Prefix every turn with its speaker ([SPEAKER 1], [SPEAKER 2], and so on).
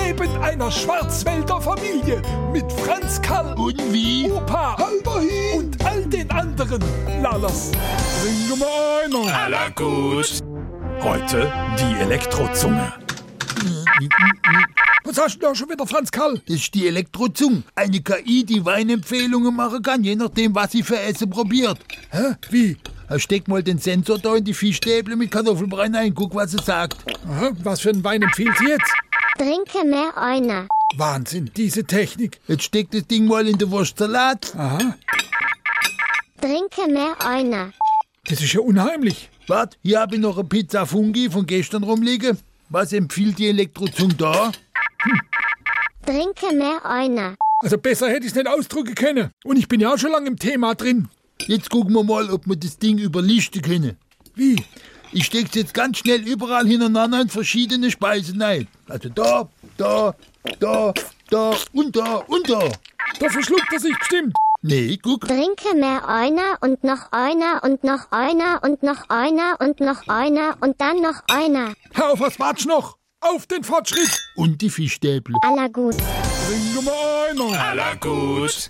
[SPEAKER 1] Leben einer Schwarzwälder Familie mit Franz Karl,
[SPEAKER 2] Und wie?
[SPEAKER 1] Opa, Halberhin und all den anderen Lalas. Bringe mal einer.
[SPEAKER 2] Aller gut. Heute die Elektrozunge.
[SPEAKER 1] Was hast du da schon wieder, Franz Karl?
[SPEAKER 3] Das ist die Elektrozung. Eine KI, die Weinempfehlungen machen kann, je nachdem, was sie für Essen probiert.
[SPEAKER 1] Hä? Wie?
[SPEAKER 3] Da Steck mal den Sensor da in die Fischstäbchen mit Kartoffelbrei ein, guck, was sie sagt.
[SPEAKER 1] Aha, was für einen Wein empfiehlt sie jetzt?
[SPEAKER 4] Trinke mehr einer.
[SPEAKER 1] Wahnsinn, diese Technik.
[SPEAKER 3] Jetzt steck das Ding mal in den Wurstsalat.
[SPEAKER 1] Aha,
[SPEAKER 4] Trinke mehr einer.
[SPEAKER 1] das ist ja unheimlich.
[SPEAKER 3] Wart, hier habe ich noch eine Pizza Fungi von gestern rumliegen. Was empfiehlt die Elektrozung da?
[SPEAKER 4] Trinke mehr einer.
[SPEAKER 1] Also besser hätte ich es nicht ausdrücken können. Und ich bin ja auch schon lange im Thema drin.
[SPEAKER 3] Jetzt gucken wir mal, ob wir das Ding überlichten können.
[SPEAKER 1] Wie?
[SPEAKER 3] Ich steck's jetzt ganz schnell überall hintereinander in verschiedene Speisen ein. Also da, da, da, da und da und da.
[SPEAKER 1] Da verschluckt er sich bestimmt.
[SPEAKER 3] Nee, guck.
[SPEAKER 4] Trinke mehr einer und noch einer und noch einer und noch einer und noch einer und dann noch einer.
[SPEAKER 1] Hör auf, was wartest du noch? Auf den Fortschritt!
[SPEAKER 3] Und die Fischstäbchen.
[SPEAKER 4] Aller gut.
[SPEAKER 1] Bring mir mal einer!
[SPEAKER 2] Aller gut.